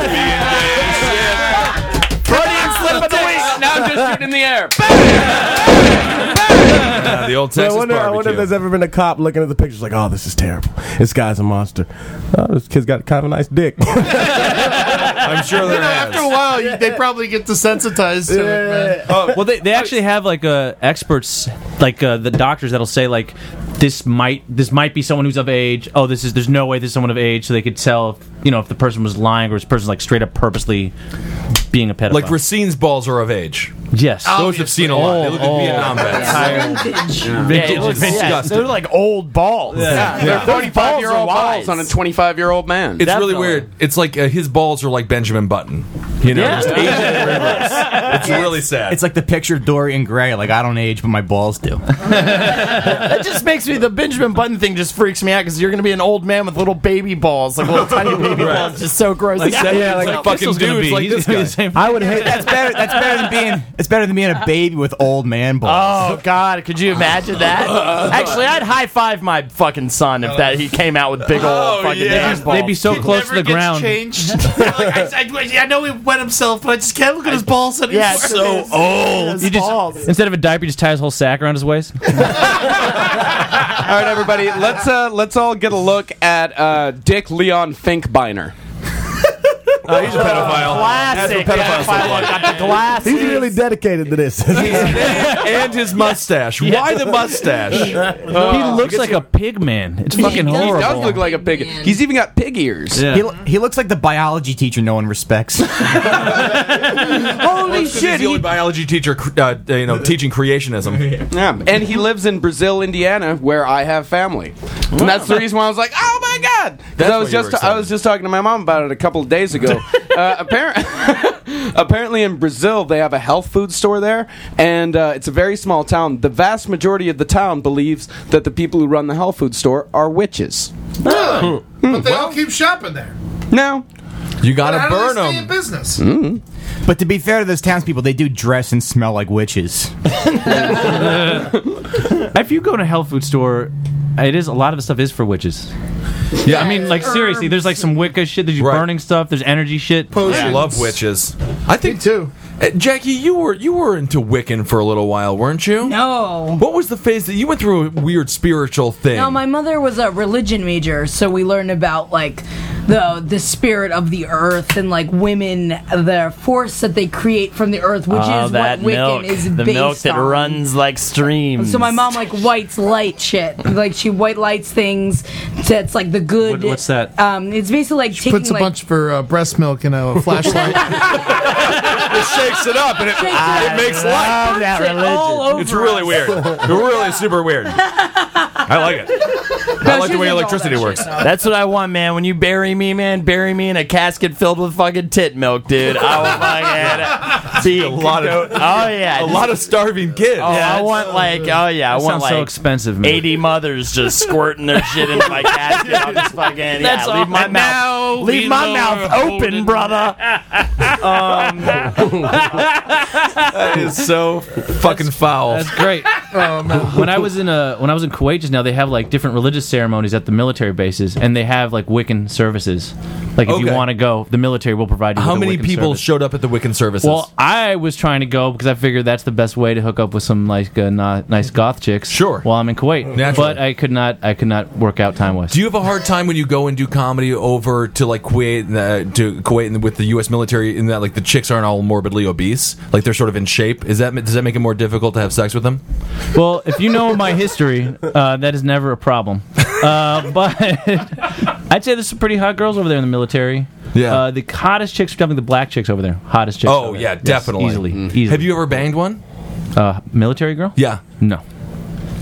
S10: Freudian slip of the week. No,
S8: I'm just shooting in the air.
S7: Yeah, Uh, the old
S1: So
S7: Texas
S1: I wonder, I
S7: barbecue.
S1: wonder if there's ever been a cop looking at the pictures like, oh, this is terrible. This guy's a monster. Oh, this kid's got kind of a nice dick.
S7: I'm sure
S3: You know, after a while, you, they probably get desensitized to it, man.
S11: well, they, they actually have like uh, experts, like uh, the doctors that'll say like this might this might be someone who's of age. Oh, this is there's no way this is someone of age, so they could tell you know if the person was lying or this person's like straight up purposely being a pedophile.
S7: Like Oh, Racine's balls are of age.
S11: Yes.
S3: Oh,
S7: Those have seen a lot. They look at Vietnam vets.
S11: Vintage.
S7: It looks disgusting.
S8: they're like old balls.
S7: Yeah.
S8: They're
S7: Yeah.
S8: 45 year old
S7: Balls are
S8: balls on a 25 year old man.
S7: It's really weird. It's like uh, his balls are like Benjamin Button. You know, just aging in reverse. It's really sad.
S12: It's like the picture of Dorian Gray. Like I don't age, but my balls do.
S10: That just makes me the Benjamin Button thing just freaks me out because you're gonna be an old man with little baby balls, like little tiny baby
S7: Right.
S10: balls, just so gross.
S7: Like, yeah, like fucking
S10: Crystal's gonna
S7: dudes
S10: be-
S7: like
S10: he's
S7: this
S10: gonna be
S7: guy.
S10: the same-
S12: I would hate. That's better. That's better than being. It's better than being a baby with old man balls.
S10: Oh God! Could you imagine that? Actually, I'd high five my fucking son if that he came out with big old
S3: Oh,
S10: fucking
S3: yeah.
S10: baby balls.
S11: They'd be so close to the ground.
S3: Changed. Like, I, I- I know he wet himself, but I just can't look at his balls anymore.
S10: Yeah, it's so
S3: old.
S11: You just, instead of a diaper, you just tie his whole sack around his waist.
S8: all right, everybody, let's uh, let's all get a look at uh, Dick Leon Finkbeiner.
S7: Oh, he's a pedophile.
S10: Classic
S7: That's what pedophiles
S10: pedophile.
S7: look
S10: Got the glasses.
S1: He's really dedicated to this.
S7: and his mustache. Why the mustache? Oh,
S11: he looks like a pig man. It's fucking
S8: he
S11: horrible.
S8: does look like a pig. He's even got pig ears.
S11: Yeah.
S12: He, lo- he looks like the biology teacher no one respects.
S7: Holy shit! He's the only biology teacher, cr- uh, you know, teaching creationism.
S8: Yeah, and he lives in Brazil, Indiana, where I have family, and that's the reason why I was like, "Oh my god!" 'Cause
S7: That's
S8: I
S7: why
S8: was
S7: you were
S8: just I was
S7: excited.
S8: just talking to my mom about it a couple of days ago. uh, apparently, apparently in Brazil they have a health food store there, and uh, it's a very small town. The vast majority of the town believes that the people who run the health food store are witches.
S3: But they all keep shopping there.
S8: Now,
S7: You gotta
S3: How do they
S7: burn
S3: stay in
S7: him.
S3: business?
S12: but to be fair to those townspeople, they do dress and smell like witches.
S11: If you go to a health food store, it is a lot of the stuff is for witches.
S7: Yeah,
S11: I mean, like seriously, there's like some Wicca shit. There's
S7: Right.
S11: burning stuff. There's energy shit.
S7: I love witches. I think
S3: Me too.
S7: Uh, Jackie, you were you were into Wiccan for a little while, weren't you?
S9: No.
S7: What was the phase that you went through a weird spiritual thing?
S9: No, my mother was a religion major, so we learned about like the the spirit of the earth and like women, the force that they create from the earth, which
S10: Oh,
S9: is
S10: that
S9: what Wiccan
S10: milk,
S9: is
S10: the
S9: based
S10: milk that
S9: on.
S10: runs like streams.
S9: So my mom like whites light shit. Like she white lights things. That's like the good.
S11: What- what's that?
S9: Um, it's basically like taking
S3: Puts a
S9: like,
S3: bunch of her uh, breast milk in a flashlight.
S7: it shakes it up and it,
S9: Shakes it up.
S7: makes
S12: Love that
S9: shit all over
S7: Ah, It's really
S9: us.
S7: weird. It's really super weird. I like it. I
S9: No,
S7: like
S9: she
S7: the way
S9: was into all
S7: electricity
S9: that
S7: works.
S9: shit, though.
S10: That's what I want, man. When you bury me, man, bury me in a casket filled with fucking tit milk, dude. I will fucking be a
S7: lot of-
S10: oh yeah,
S7: A lot of starving kids.
S10: Oh, I want like oh yeah, I
S11: That
S10: want
S11: sounds
S10: like
S11: so expensive, man.
S10: eighty mothers just squirting their shit in my casket. I'm just fucking yeah,
S11: That's all.
S10: leave my
S11: And
S10: mouth leave my mouth open, brother.
S7: That is so fucking foul.
S11: That's great.
S7: Oh,
S11: When I was in uh when I was in Kuwait just now, they have like different religious ceremonies at the military bases, and they have like Wiccan services. Like if you
S7: Okay.
S11: want to go, the military will provide you.
S7: How
S11: with a
S7: many
S11: Wiccan
S7: people
S11: service.
S7: showed up at the Wiccan services?
S11: Well, I was trying to go because I figured that's the best way to hook up with some like uh, no- nice goth chicks.
S7: Sure.
S11: While I'm in Kuwait,
S7: Naturally.
S11: but I could not. I could not work out time wise.
S7: do you have a hard time when you go and do comedy over to like Kuwait, uh, to Kuwait and with the U.S. military, in that like the chicks aren't all morbidly obese, like they're sort of in shape? Is that does that make it more difficult to have sex with them?
S11: Well, if you know my history, uh, that is never a problem. Uh, but I'd say there's some pretty hot girls over there in the military.
S7: Yeah.
S11: Uh, the hottest chicks are definitely the black chicks over there. Hottest chicks.
S7: Oh
S11: over
S7: yeah,
S11: there. Yes,
S7: definitely.
S11: easily,
S7: Mhm.
S11: easily.
S7: Have you ever banged one?
S11: uh, military girl?
S7: Yeah.
S11: No,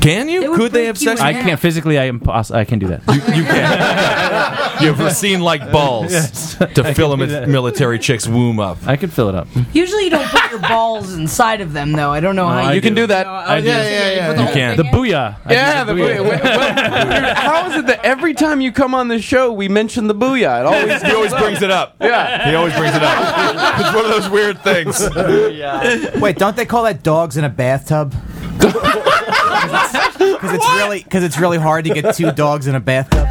S7: Can
S9: It
S7: you?
S9: would
S7: Could they
S9: freak
S7: have
S9: you
S7: sex?
S9: out.
S11: I can't physically. I am. poss- I can do that.
S7: You can. You've seen like balls to fill a mi- military chick's womb up.
S11: I could fill it up.
S9: Usually you don't put your balls inside of them though. I don't know how
S11: I
S8: you can do that.
S9: I
S11: do. Yeah,
S3: yeah, yeah,
S7: You can.
S11: The booyah. I
S8: Yeah,
S11: did
S8: the booyah. Wait, well, dude, how is it that every time you come on this show, we mention the booyah? It always
S7: He always brings it up.
S8: yeah.
S7: He always brings it up. It's one of those weird things.
S12: Wait, don't they call that dogs in a bathtub? Because it's really because it's really hard to get two dogs in a bathtub.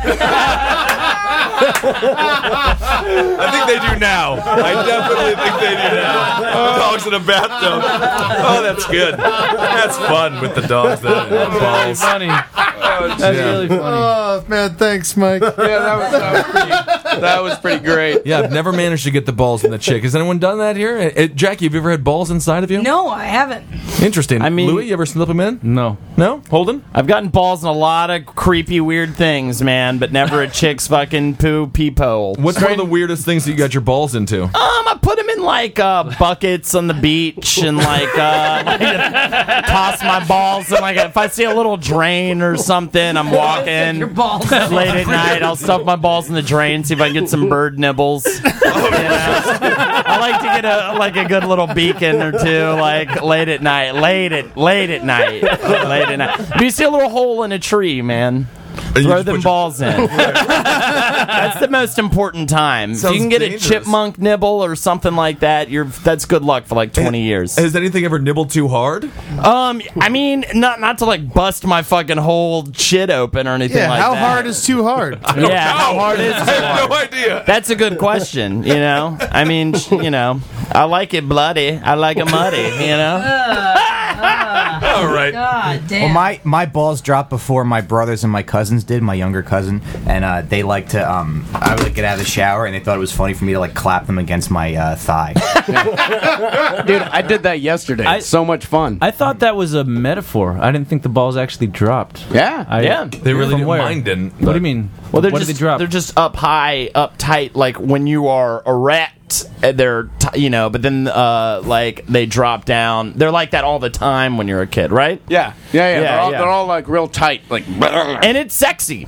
S7: I think they do now. I definitely think they do now. Dogs in a bathtub. Oh, that's good. That's fun with the dogs that are in the balls.
S11: funny.
S7: That's
S3: Oh man, thanks, Mike. yeah, that was,
S8: that was pretty great.
S7: Yeah, I've never managed to get the balls in the chick. Has anyone done that here? Uh, uh, Jackie, have you ever had balls inside of you?
S13: No, I haven't.
S7: Interesting. I mean,
S10: mean-
S7: Louis, you ever slip them in?
S11: No.
S7: No? Holden?
S10: I've gotten balls in a lot of creepy, weird things, man, but never a chick's fucking poo peephole.
S7: What's one of the weirdest things that you got your balls into?
S1: Oh,
S10: Um, I put them in like uh, buckets on the beach and like uh, like, toss my balls and like if I see a little drain or something, I'm walking
S13: Your balls.
S10: late at night. I'll stuff my balls in the drain, see if I can get some bird nibbles. You know? I like to get a like a good little beacon or two, like late at night, late at late at night, late at night. If you see a little hole in a tree, man. Throw them balls in. That's the most important time. if
S7: Sounds
S10: you can get
S7: dangerous.
S10: a chipmunk nibble or something like that, you're that's good luck for like 20 years.
S7: Has anything ever nibbled too hard?
S10: Um, I mean, not not to like bust my fucking whole shit open or anything
S3: yeah.
S10: like
S3: how
S10: that.
S3: hard is too hard?
S10: yeah, how hard is
S7: I have no idea.
S10: That's a good question, you know. I mean, sh- you know, I like it bloody. I like it muddy, you know.
S7: All right.
S10: Oh
S9: Ah,
S13: God damn.
S12: Well, my, my balls dropped before my brothers and my cousins did, my younger cousin, and uh, they like to. Um, I would like, get out of the shower, and they thought it was funny for me to like clap them against my uh, thigh.
S8: Dude, I did that yesterday.
S11: I-
S8: so much fun.
S11: I thought that was a metaphor. I didn't think the balls actually dropped.
S8: yeah.
S11: I,
S10: Yeah.
S7: They really
S11: From
S7: didn't.
S11: where?
S7: Mine didn't.
S11: What do
S7: but-
S11: you mean?
S10: Well, they're
S11: what
S10: just
S11: did they drop?
S10: they're just up high, up tight. Like when you are erect, uh, they're t- you know. But then uh, like they drop down. They're like that all the time when you're a kid, right?
S8: Yeah. Yeah, yeah.
S10: Yeah,
S8: they're, all,
S10: yeah.
S8: they're all like real tight. Like,
S10: And it's sexy.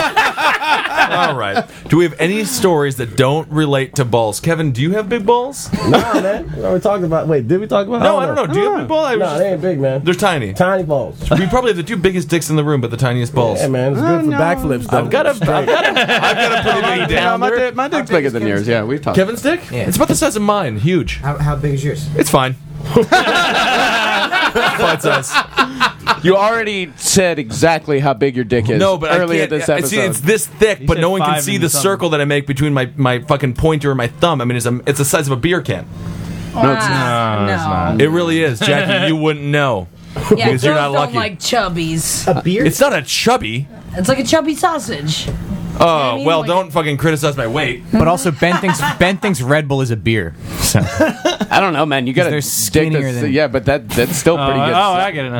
S7: All right. Do we have any stories that don't relate to balls? Kevin, do you have big balls?
S1: nah, man. No, we talked about. Wait, did we talk about? Oh,
S7: No, I don't know. Do you have big balls? I was
S1: Nah,
S7: just-
S1: they ain't big, man.
S7: they're tiny.
S1: Tiny balls.
S7: We probably have the two biggest dicks in the room, but the tiniest balls.
S1: Yeah, man. It's
S10: Oh,
S1: good for backflips. Though.
S10: I've got a, I've got a
S7: I've got a pretty big dick.
S8: yeah, my, dick- my dick's bigger than yours. Yeah, we've talked.
S7: Kevin's dick?
S12: Yeah.
S7: It's about the size of mine. Huge.
S12: How, how big is yours?
S7: It's fine. Fine size.
S8: You already said exactly how big your dick is.
S7: No, but
S8: earlier
S7: I can't,
S8: this
S7: I- see,
S8: episode.
S7: it's this thick, but
S11: said
S7: no one can
S11: five
S7: see
S11: and
S7: the
S11: something.
S7: circle that I make between my, my fucking pointer and my thumb. I mean, it's a, it's the size of a beer can.
S8: no, it's
S13: Ah, no,
S7: It really is, Jackie. you wouldn't know.
S13: Yeah,
S7: Because you're
S13: girls
S7: not lucky.
S13: don't like chubbies.
S12: A beard?
S7: It's not a chubby.
S13: It's like a chubby sausage.
S7: Oh,
S13: mean,
S7: well,
S13: like-
S7: don't fucking criticize my weight.
S12: but also Ben thinks Ben thinks Red Bull is a beer. So
S8: I don't know, man. You got
S12: they're
S8: a dick
S12: skinnier
S8: that's,
S12: than-
S8: yeah, but that that's still
S11: Oh,
S8: pretty good.
S11: oh, I get it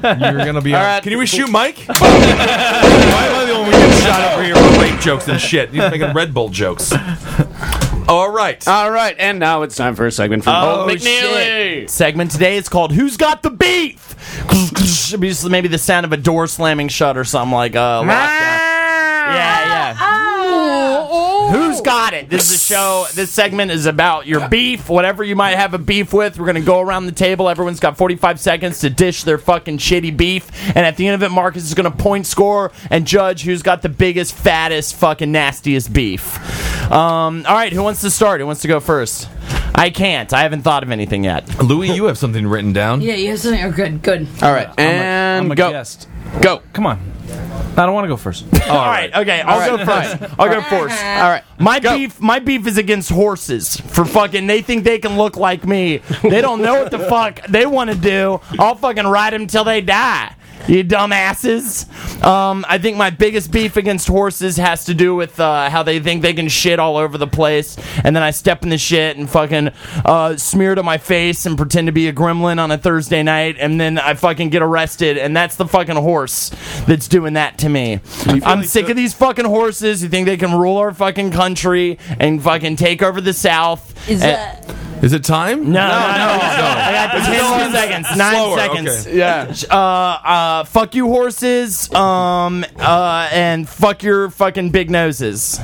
S11: now.
S7: You're gonna be all
S8: right.
S7: Can we shoot Mike? Why am I the only one getting shot over here with rape jokes and shit? You're making Red Bull jokes. All right.
S8: All right, and now it's time for a segment from Paul McNeely.
S10: shit. Segment today is called "Who's Got the Beef." It'd be just Maybe the sound of a door slamming shut or something like uh, lockdown. Yeah, yeah. Who's got it? This is a show. This segment is about your beef, whatever you might have a beef with. We're gonna go around the table. Everyone's got 45 seconds to dish their fucking shitty beef, and at the end of it, Marcus is gonna point score and judge who's got the biggest, fattest, fucking nastiest beef. Um, all right, who wants to start? Who wants to go first? I can't. I haven't thought of anything yet.
S7: Louis, you have something written down.
S13: Yeah, you have something. Oh, good, good.
S8: All right, and
S11: I'm a
S8: go,
S11: guest.
S8: go.
S11: Come on. I don't want to go first.
S10: all right. okay, I'll go first. I'll go first.
S8: All right,
S10: My beef, my beef is against horses for fucking. They think they can look like me. They don't know what the fuck they want to do. I'll fucking ride them till they die. You dumbasses. Um, I think my biggest beef against horses has to do with uh, how they think they can shit all over the place, and then I step in the shit and fucking uh, smear to my face and pretend to be a gremlin on a Thursday night, and then I fucking get arrested, and that's the fucking horse that's doing that to me. I'm sick of these fucking horses who think they can rule our fucking country and fucking take over the South.
S13: Is
S10: And-
S13: that
S7: Is it time?
S10: no, no, no. I got ten more seconds. Nine
S7: Slower,
S10: seconds.
S7: okay.
S10: Yeah. Uh, uh, fuck you, horses. Um, uh, and fuck your fucking big noses.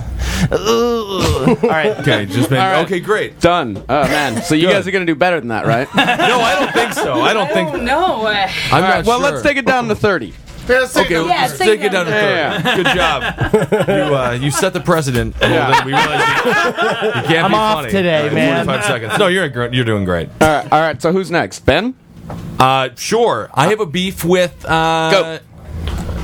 S10: Ugh. All right.
S7: Okay, just make,
S8: right.
S7: okay, great.
S8: done. Oh man, so you
S7: Good.
S8: guys are gonna do better than that, right? All
S7: No, I don't think so. I don't
S9: oh,
S7: think.
S13: don't know.
S9: uh,
S7: I'm
S8: right,
S7: not
S8: well,
S7: sure.
S8: let's take it down to thirty.
S7: Okay,
S13: Yeah,
S7: let's
S13: take
S7: take it
S13: it
S7: down to third.
S8: Yeah,
S7: Good job. You uh, you set the precedent. Well,
S8: Yeah.
S7: then we realize you, you can't
S10: I'm
S7: be
S10: off
S7: funny.
S10: today,
S7: All right,
S10: man.
S7: 45 seconds. No, you're gr- you're doing great.
S8: All right, all right. So who's next, Ben?
S7: Uh, sure. I have a beef with. Uh,
S8: Go.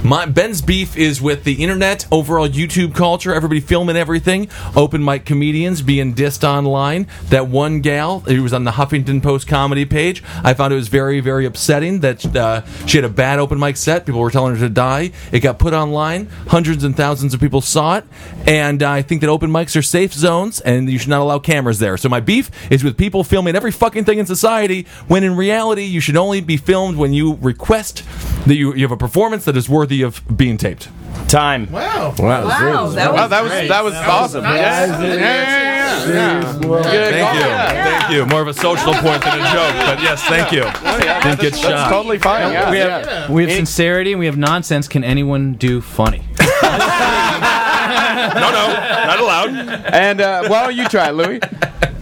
S7: My Ben's beef is with the internet, overall YouTube culture, everybody filming everything, open mic comedians being dissed online. That one gal who was on the Huffington Post comedy page, I found it was very, very upsetting that uh, she had a bad open mic set. People were telling her to die. It got put online. Hundreds and thousands of people saw it, and I think that open mics are safe zones, and you should not allow cameras there. So my beef is with people filming every fucking thing in society, when in reality you should only be filmed when you request that you, you have a performance that is worthy of being taped.
S14: Time.
S10: Wow.
S7: Wow.
S14: Wow, that
S8: Oh,
S14: was Wow, that was- great. that was That was awesome. nice. Yeah. Yeah, yeah, yeah. Good
S7: Thank you.
S14: call. Yeah.
S7: Thank you. More of a social point than a joke, but yes, thank you. Didn't get shot.
S11: we have, we have sincerity and we have nonsense. Can anyone do funny?
S7: no, no, not allowed.
S8: And uh, why don't you try, Louis?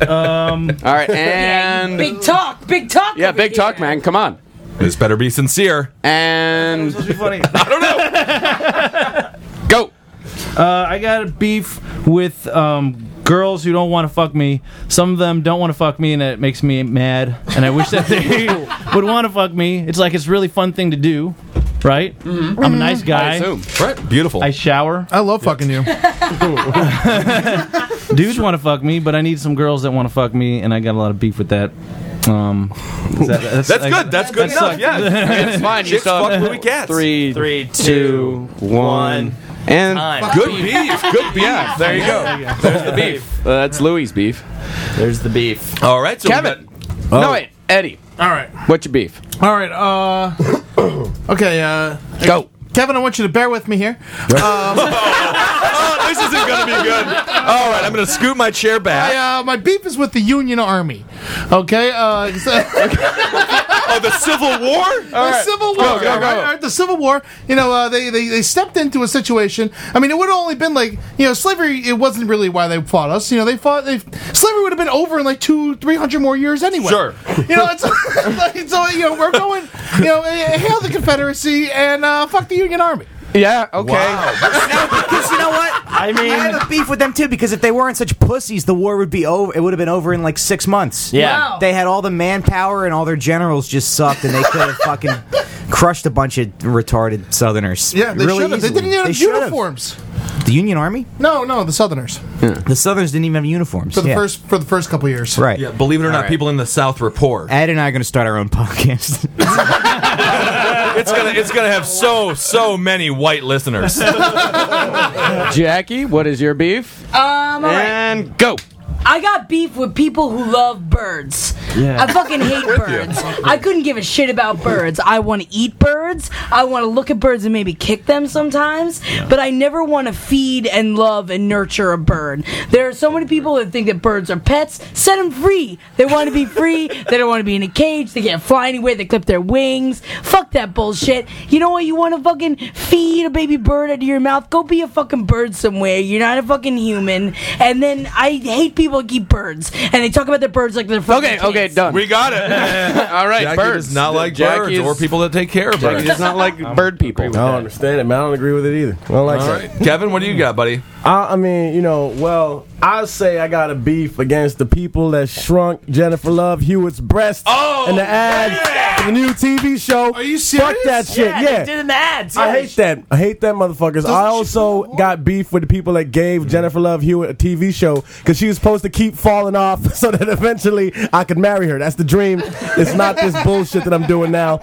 S11: Um.
S8: All right, and
S9: big talk, big talk.
S8: Yeah, big talk, man. Come on.
S7: This better be sincere.
S8: And
S11: funny.
S8: Go.
S11: Uh, I got a beef with um, girls who don't want to fuck me. Some of them don't want to fuck me, and it makes me mad. And I wish that they would want to fuck me. It's like it's a really fun thing to do, right? I'm a nice guy.
S10: I assume.
S7: Right. Beautiful.
S11: I shower.
S10: I love fucking you.
S11: Dudes want to fuck me, but I need some girls that want to fuck me, and I got a lot of beef with that. Um, is that-
S7: That's,
S11: I-
S7: good. That's good
S11: that
S7: enough.
S11: sucked.
S7: Yeah.
S8: It's fine. You
S7: Chicks
S8: saw-
S7: fuck Louis Katz.
S8: Three, three, two, one, and
S7: Time. Good beef. Good beef.
S8: Yeah, there you go. There's the beef. Uh, that's Louis' beef.
S14: There's the beef.
S7: All right, so we
S8: Kevin.
S10: got-
S8: No
S10: Oh.
S8: wait, Eddie.
S10: All right.
S8: What's your beef?
S10: All right. Uh, okay. Uh,
S8: Go.
S10: Kevin, I want you to bear with me here.
S7: oh, this isn't going to be good. All right, I'm going to scoot my chair back.
S10: I, uh, my beef is with the Union Army. Okay. Uh,
S7: Oh, the Civil War?
S10: the Civil War.
S7: Go, go,
S10: all right, all
S7: go.
S10: right, the Civil War. You know, uh, they, they they stepped into a situation. I mean, it would have only been like you know, slavery. It wasn't really why they fought us. You know, they fought. They slavery would have been over in like two, three hundred more years anyway.
S7: Sure.
S10: You know, it's, like, so you know we're going. You know, eh, hail the Confederacy and uh, fuck the Union Army.
S14: Uh,
S8: Yeah. Okay.
S12: Because you know what?
S14: I mean,
S12: I have a beef with them too because if they weren't such pussies, the war would be over. It would have been over in like six months.
S14: Yeah. Wow.
S12: They had all the manpower and all their generals just sucked, and they could have fucking crushed a bunch of retarded Southerners.
S10: Yeah, they
S12: really
S10: should have. They
S12: easily.
S10: didn't even have
S12: should've.
S10: uniforms.
S12: The Union Army.
S10: No, no, the Southerners
S12: The Southerners didn't even have uniforms.
S10: for the
S12: Yeah.
S10: first for the first couple years.
S12: Right.
S7: Yeah, believe it or not,
S12: Alright.
S7: people in the South report.
S12: Ed and I are going to start our own podcast.
S7: It's gonna, it's gonna have so, so many white listeners.
S8: Jackie, what is your beef?
S9: Um, all right.
S8: And go.
S9: I got beef with people who love birds.
S8: Yeah.
S9: I fucking hate birds. I couldn't give a shit about birds. I want to eat birds. I want to look at birds and maybe kick them sometimes, but I never want to feed and love and nurture a bird. There are so many people that think that birds are pets. Set them free. They want to be free. they don't want to be in a cage. They can't fly anywhere. They clip their wings. Fuck that bullshit. You know what? You want to fucking feed a baby bird out of your mouth? Go be a fucking bird somewhere. You're not a fucking human. And then I hate people who keep birds and they talk about their birds like they're fucking
S8: Okay.
S9: kids.
S8: Okay. Done.
S7: we got it.
S8: All right.
S7: Jackie
S8: birds.
S7: does not like
S8: Jackie
S7: birds
S8: is-
S7: or people that take care of
S8: Jackie
S7: birds.
S8: does not like bird people.
S15: I don't understand it, man. I don't agree with it either. I don't like
S7: All
S15: that.
S7: right, Kevin, what do you got, buddy?
S15: I, I mean, you know, well, I say I got a beef against the people that shrunk Jennifer Love Hewitt's breast
S7: Oh,
S15: in the ad for the new TV show.
S10: Are you
S15: Fuck
S10: serious?
S15: that shit.
S14: Yeah,
S15: Yeah.
S14: they did an ads.
S15: I hate that. I hate that motherfuckers. I also got beef with the people that
S7: Mm.
S15: gave Jennifer Love Hewitt a TV show because she was supposed to keep falling off so that eventually I could marry her. That's the dream. It's not this bullshit that I'm doing now.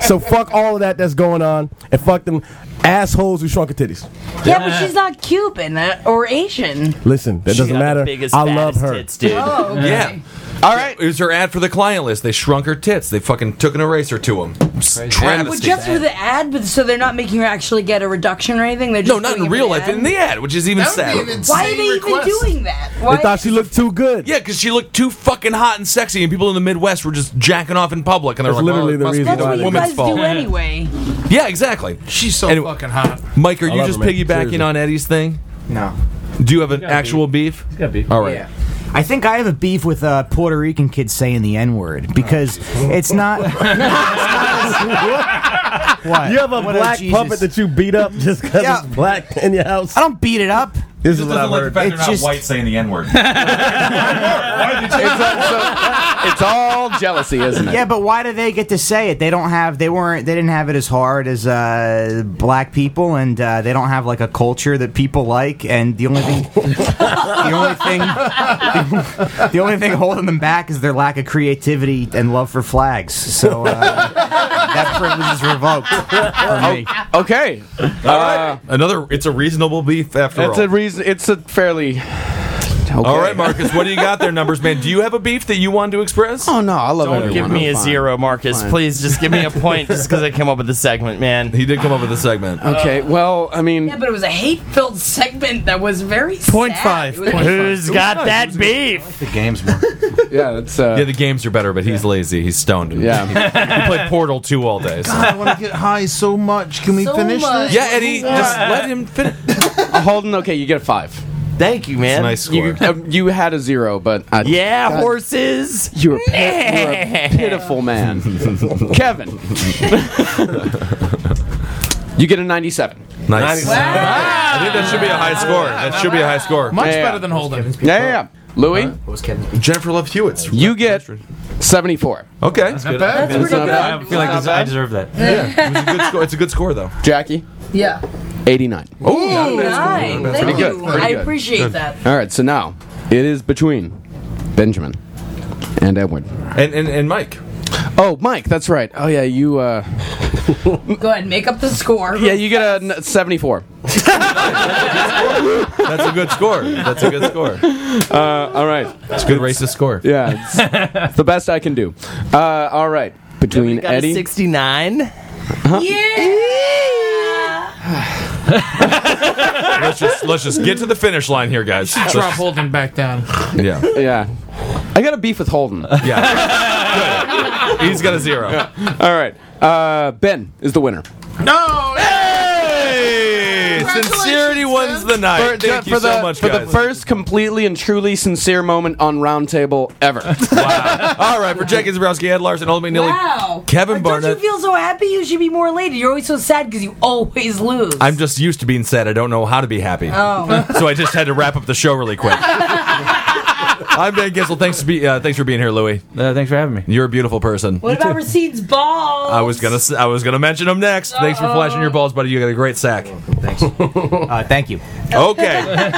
S15: So fuck all of that that's going on and fuck them assholes who shrunk her titties.
S9: Yeah, but she's not Cuban uh, or Asian.
S15: Listen, that
S14: She
S15: doesn't
S14: got the
S15: matter.
S14: biggest,
S15: I love
S14: fattest
S15: her.
S14: tits, dude.
S9: Oh, okay.
S7: Yeah. All right. It was her ad for the client list. They shrunk her tits. They fucking took an eraser to them.
S9: Well,
S7: Travesty.
S9: just for the ad, but so they're not making her actually get a reduction or anything. They're just
S7: no, not in
S9: doing it for
S7: real
S9: the
S7: life.
S9: ad?
S7: In the ad, which is even
S10: That would be an
S7: sadder.
S10: insane
S9: Why are they
S10: request.
S9: even doing that?
S15: They
S9: Why?
S15: thought she looked too good.
S7: Yeah, because she looked too fucking hot and sexy, and people in the Midwest were just jacking off in public, and they're
S15: That's
S7: like,
S15: literally
S7: well,
S15: the
S7: it
S15: reason
S7: must
S9: that's
S7: be
S15: why
S9: what
S7: the
S15: they
S9: you
S7: woman's
S9: guys
S7: fault.
S9: do anyway.
S7: Yeah, exactly.
S10: She's so
S7: Anyway.
S10: fucking hot.
S7: Mike, are
S15: I
S7: you
S15: love
S7: just
S15: her, man.
S7: piggybacking
S15: Seriously.
S7: on Eddie's thing?
S12: no.
S7: Do you have an actual beef?
S11: got beef.
S7: All right.
S12: Yeah. I think I have a beef with uh, Puerto Rican kids saying the N word because it's not. what?
S15: You have a
S12: What, oh,
S15: black
S12: Jesus.
S15: puppet that you beat up just because
S12: Yeah.
S15: it's black in your house.
S12: I don't beat it up.
S16: This is
S17: just
S16: what
S17: doesn't
S16: I've
S17: like
S16: heard.
S17: the fact
S16: It's
S17: they're not
S16: just-
S17: white saying the N word.
S8: it's, like- so- it's all jealousy, isn't it?
S12: Yeah, but why do they get to say it? They don't have. They weren't. They didn't have it as hard as uh, black people, and uh, they don't have like a culture that people like. And the only thing, the only thing, the only thing holding them back is their lack of creativity and love for flags. So uh, that privilege is revoked. for me.
S8: Okay.
S7: Uh, Another. It's a reasonable beef after
S8: That's
S7: all.
S8: a reason. It's a fairly.
S7: All right, Marcus. What do you got there, numbers man? Do you have a beef that you wanted to express?
S8: Oh no, I love
S7: it.
S18: Don't give me a zero, Marcus.
S7: Fine.
S18: Please, just give me a point, just because I came up with the segment, man.
S7: He did come up with the segment.
S8: Okay. Well, I mean,
S9: Yeah, but it was a hate-filled segment that was very
S18: Point
S9: sad.
S18: five.
S9: It was-
S18: Point Who's five. got that beef?
S7: The games more.
S8: yeah, that's. Uh,
S7: yeah, the games are better, but he's lazy. He's stoned.
S8: Yeah.
S7: he played Portal 2 all day. so.
S19: I want to get high so much. Can we
S7: So
S19: finish
S7: much.
S19: this?
S7: Yeah, Eddie, just let him finish.
S8: Holden, okay, you get a five.
S18: Thank you, man.
S8: nice score. You, um, you had a zero, but I,
S18: Yeah,
S8: God,
S18: horses.
S8: You're a, pi- you're a pitiful man, Kevin. you get a ninety-seven.
S7: Nice. I think that should be a high score. That should be a high score.
S8: Much Yeah. better
S18: than Holden.
S8: Yeah, yeah, yeah. Louis,
S12: What was Kevin's?
S7: Jennifer Love Hewitt's.
S8: You get seventy-four.
S7: Okay,
S8: That's not bad.
S11: That's not bad. I feel like I deserve that.
S7: Yeah, it was a good score. It's a good score though.
S8: Jackie,
S9: Yeah.
S8: eighty-nine.
S9: Ooh, nice.
S8: That's
S9: Thank
S8: pretty
S9: you.
S8: good. Pretty
S9: I
S8: good.
S9: appreciate
S8: Good.
S9: that.
S8: All right, so now it is between Benjamin and Edward
S7: and and, and Mike.
S8: Oh, Mike, that's right. Oh yeah, you. Uh,
S9: Go ahead, make up the score.
S8: yeah, you get a n- seventy-four.
S7: That's a good score. That's a good score.
S8: Uh, all right,
S7: it's a good racist score.
S8: Yeah, it's, it's the best I can do. Uh, all right, between
S18: Got
S8: Eddie.
S18: a sixty-nine.
S7: Let's just let's just get to the finish line here, guys. Let's-
S19: Drop Holden back down.
S7: Yeah.
S8: Yeah. I got a beef with Holden.
S7: Yeah. He's got a zero.
S8: All right. Uh, ben is the winner.
S19: No!
S7: Hey! Sincerity wins the night.
S8: For-
S7: Thank
S8: for
S7: you so
S8: the-
S7: much,
S8: for
S7: guys.
S8: the first completely and truly sincere moment on Roundtable ever.
S7: All right, for Jenkins Zabrowski, Ed Larson, Old McNeely,
S9: Wow.
S7: Kevin
S9: Like,
S7: Barnett.
S9: Don't you feel so happy? You should be more elated. You're always so sad because you always lose.
S7: I'm just used to being sad. I don't know how to be happy.
S9: Oh.
S7: so I just had to wrap up the show really quick. I'm Ben Gissel. Thanks, to be, uh, thanks for being here, Louis.
S11: Uh, thanks for having me.
S7: You're a beautiful person.
S9: What about Racine's ball?
S7: I was gonna s- I was gonna mention him next. Thanks for flashing your balls, buddy. You got a great sack. Thanks.
S12: Uh, thank you.
S7: Okay.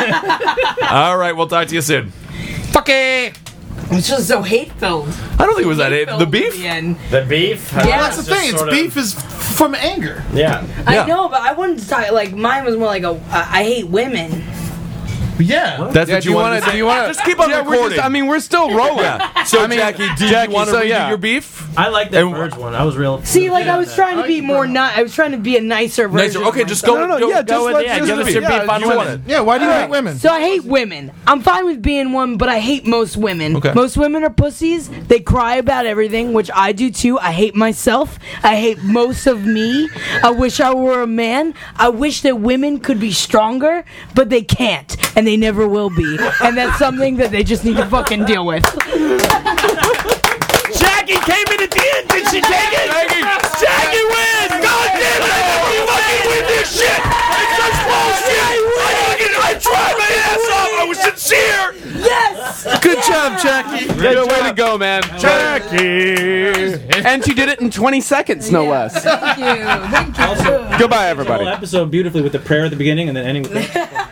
S7: All right. We'll talk to you soon.
S9: Fuck it. It's just so hate filled.
S7: I don't think it was that it. The beef.
S18: The beef.
S9: Yeah.
S19: Well, that's the thing. It's beef is from anger.
S18: Yeah.
S9: I know, but I wanted to talk. Like mine was more like a I I hate women.
S19: Yeah.
S7: That's
S8: Yeah,
S7: what
S8: do
S7: you
S8: you
S7: wanted
S8: wanna-
S7: to say.
S8: do you wanna-
S7: just keep on
S8: Yeah, we're
S7: recording.
S8: just- I mean, we're still rolling.
S7: Yeah. So,
S8: I mean,
S7: Jackie, do
S8: Jackie,
S7: you want to
S8: so,
S7: redo
S8: yeah.
S7: your beef?
S11: I like that birds one. I was real.
S9: See, like I was trying to be more not. I was trying to be a nicer version.
S7: Nicer. Okay,
S9: of
S7: just
S9: myself.
S7: go. go- go with- yeah, give us your beef on women.
S19: Yeah, why do you
S9: All
S19: hate
S9: right,
S19: women?
S9: So I hate women. I'm fine with being one, but I hate most women.
S19: Okay.
S9: Most women are pussies. They cry about everything, which I do too. I hate myself. I hate most of me. I wish I were a man. I wish that women could be stronger, but they can't, and they never will be. And that's something that they just need to fucking deal with.
S10: Jackie came in at the end, did she take it? Jackie, wins! God damn it! I never fucking win this shit! It's just bullshit! I fucking, I tried my ass off! I was sincere!
S9: Yes!
S8: Good job, Jackie. Good way to go, man. Jackie. and she did it in 20 seconds, no less.
S9: Thank you. Thank you.
S8: Goodbye, everybody.
S11: Whole episode beautifully with the prayer at the beginning and then ending with.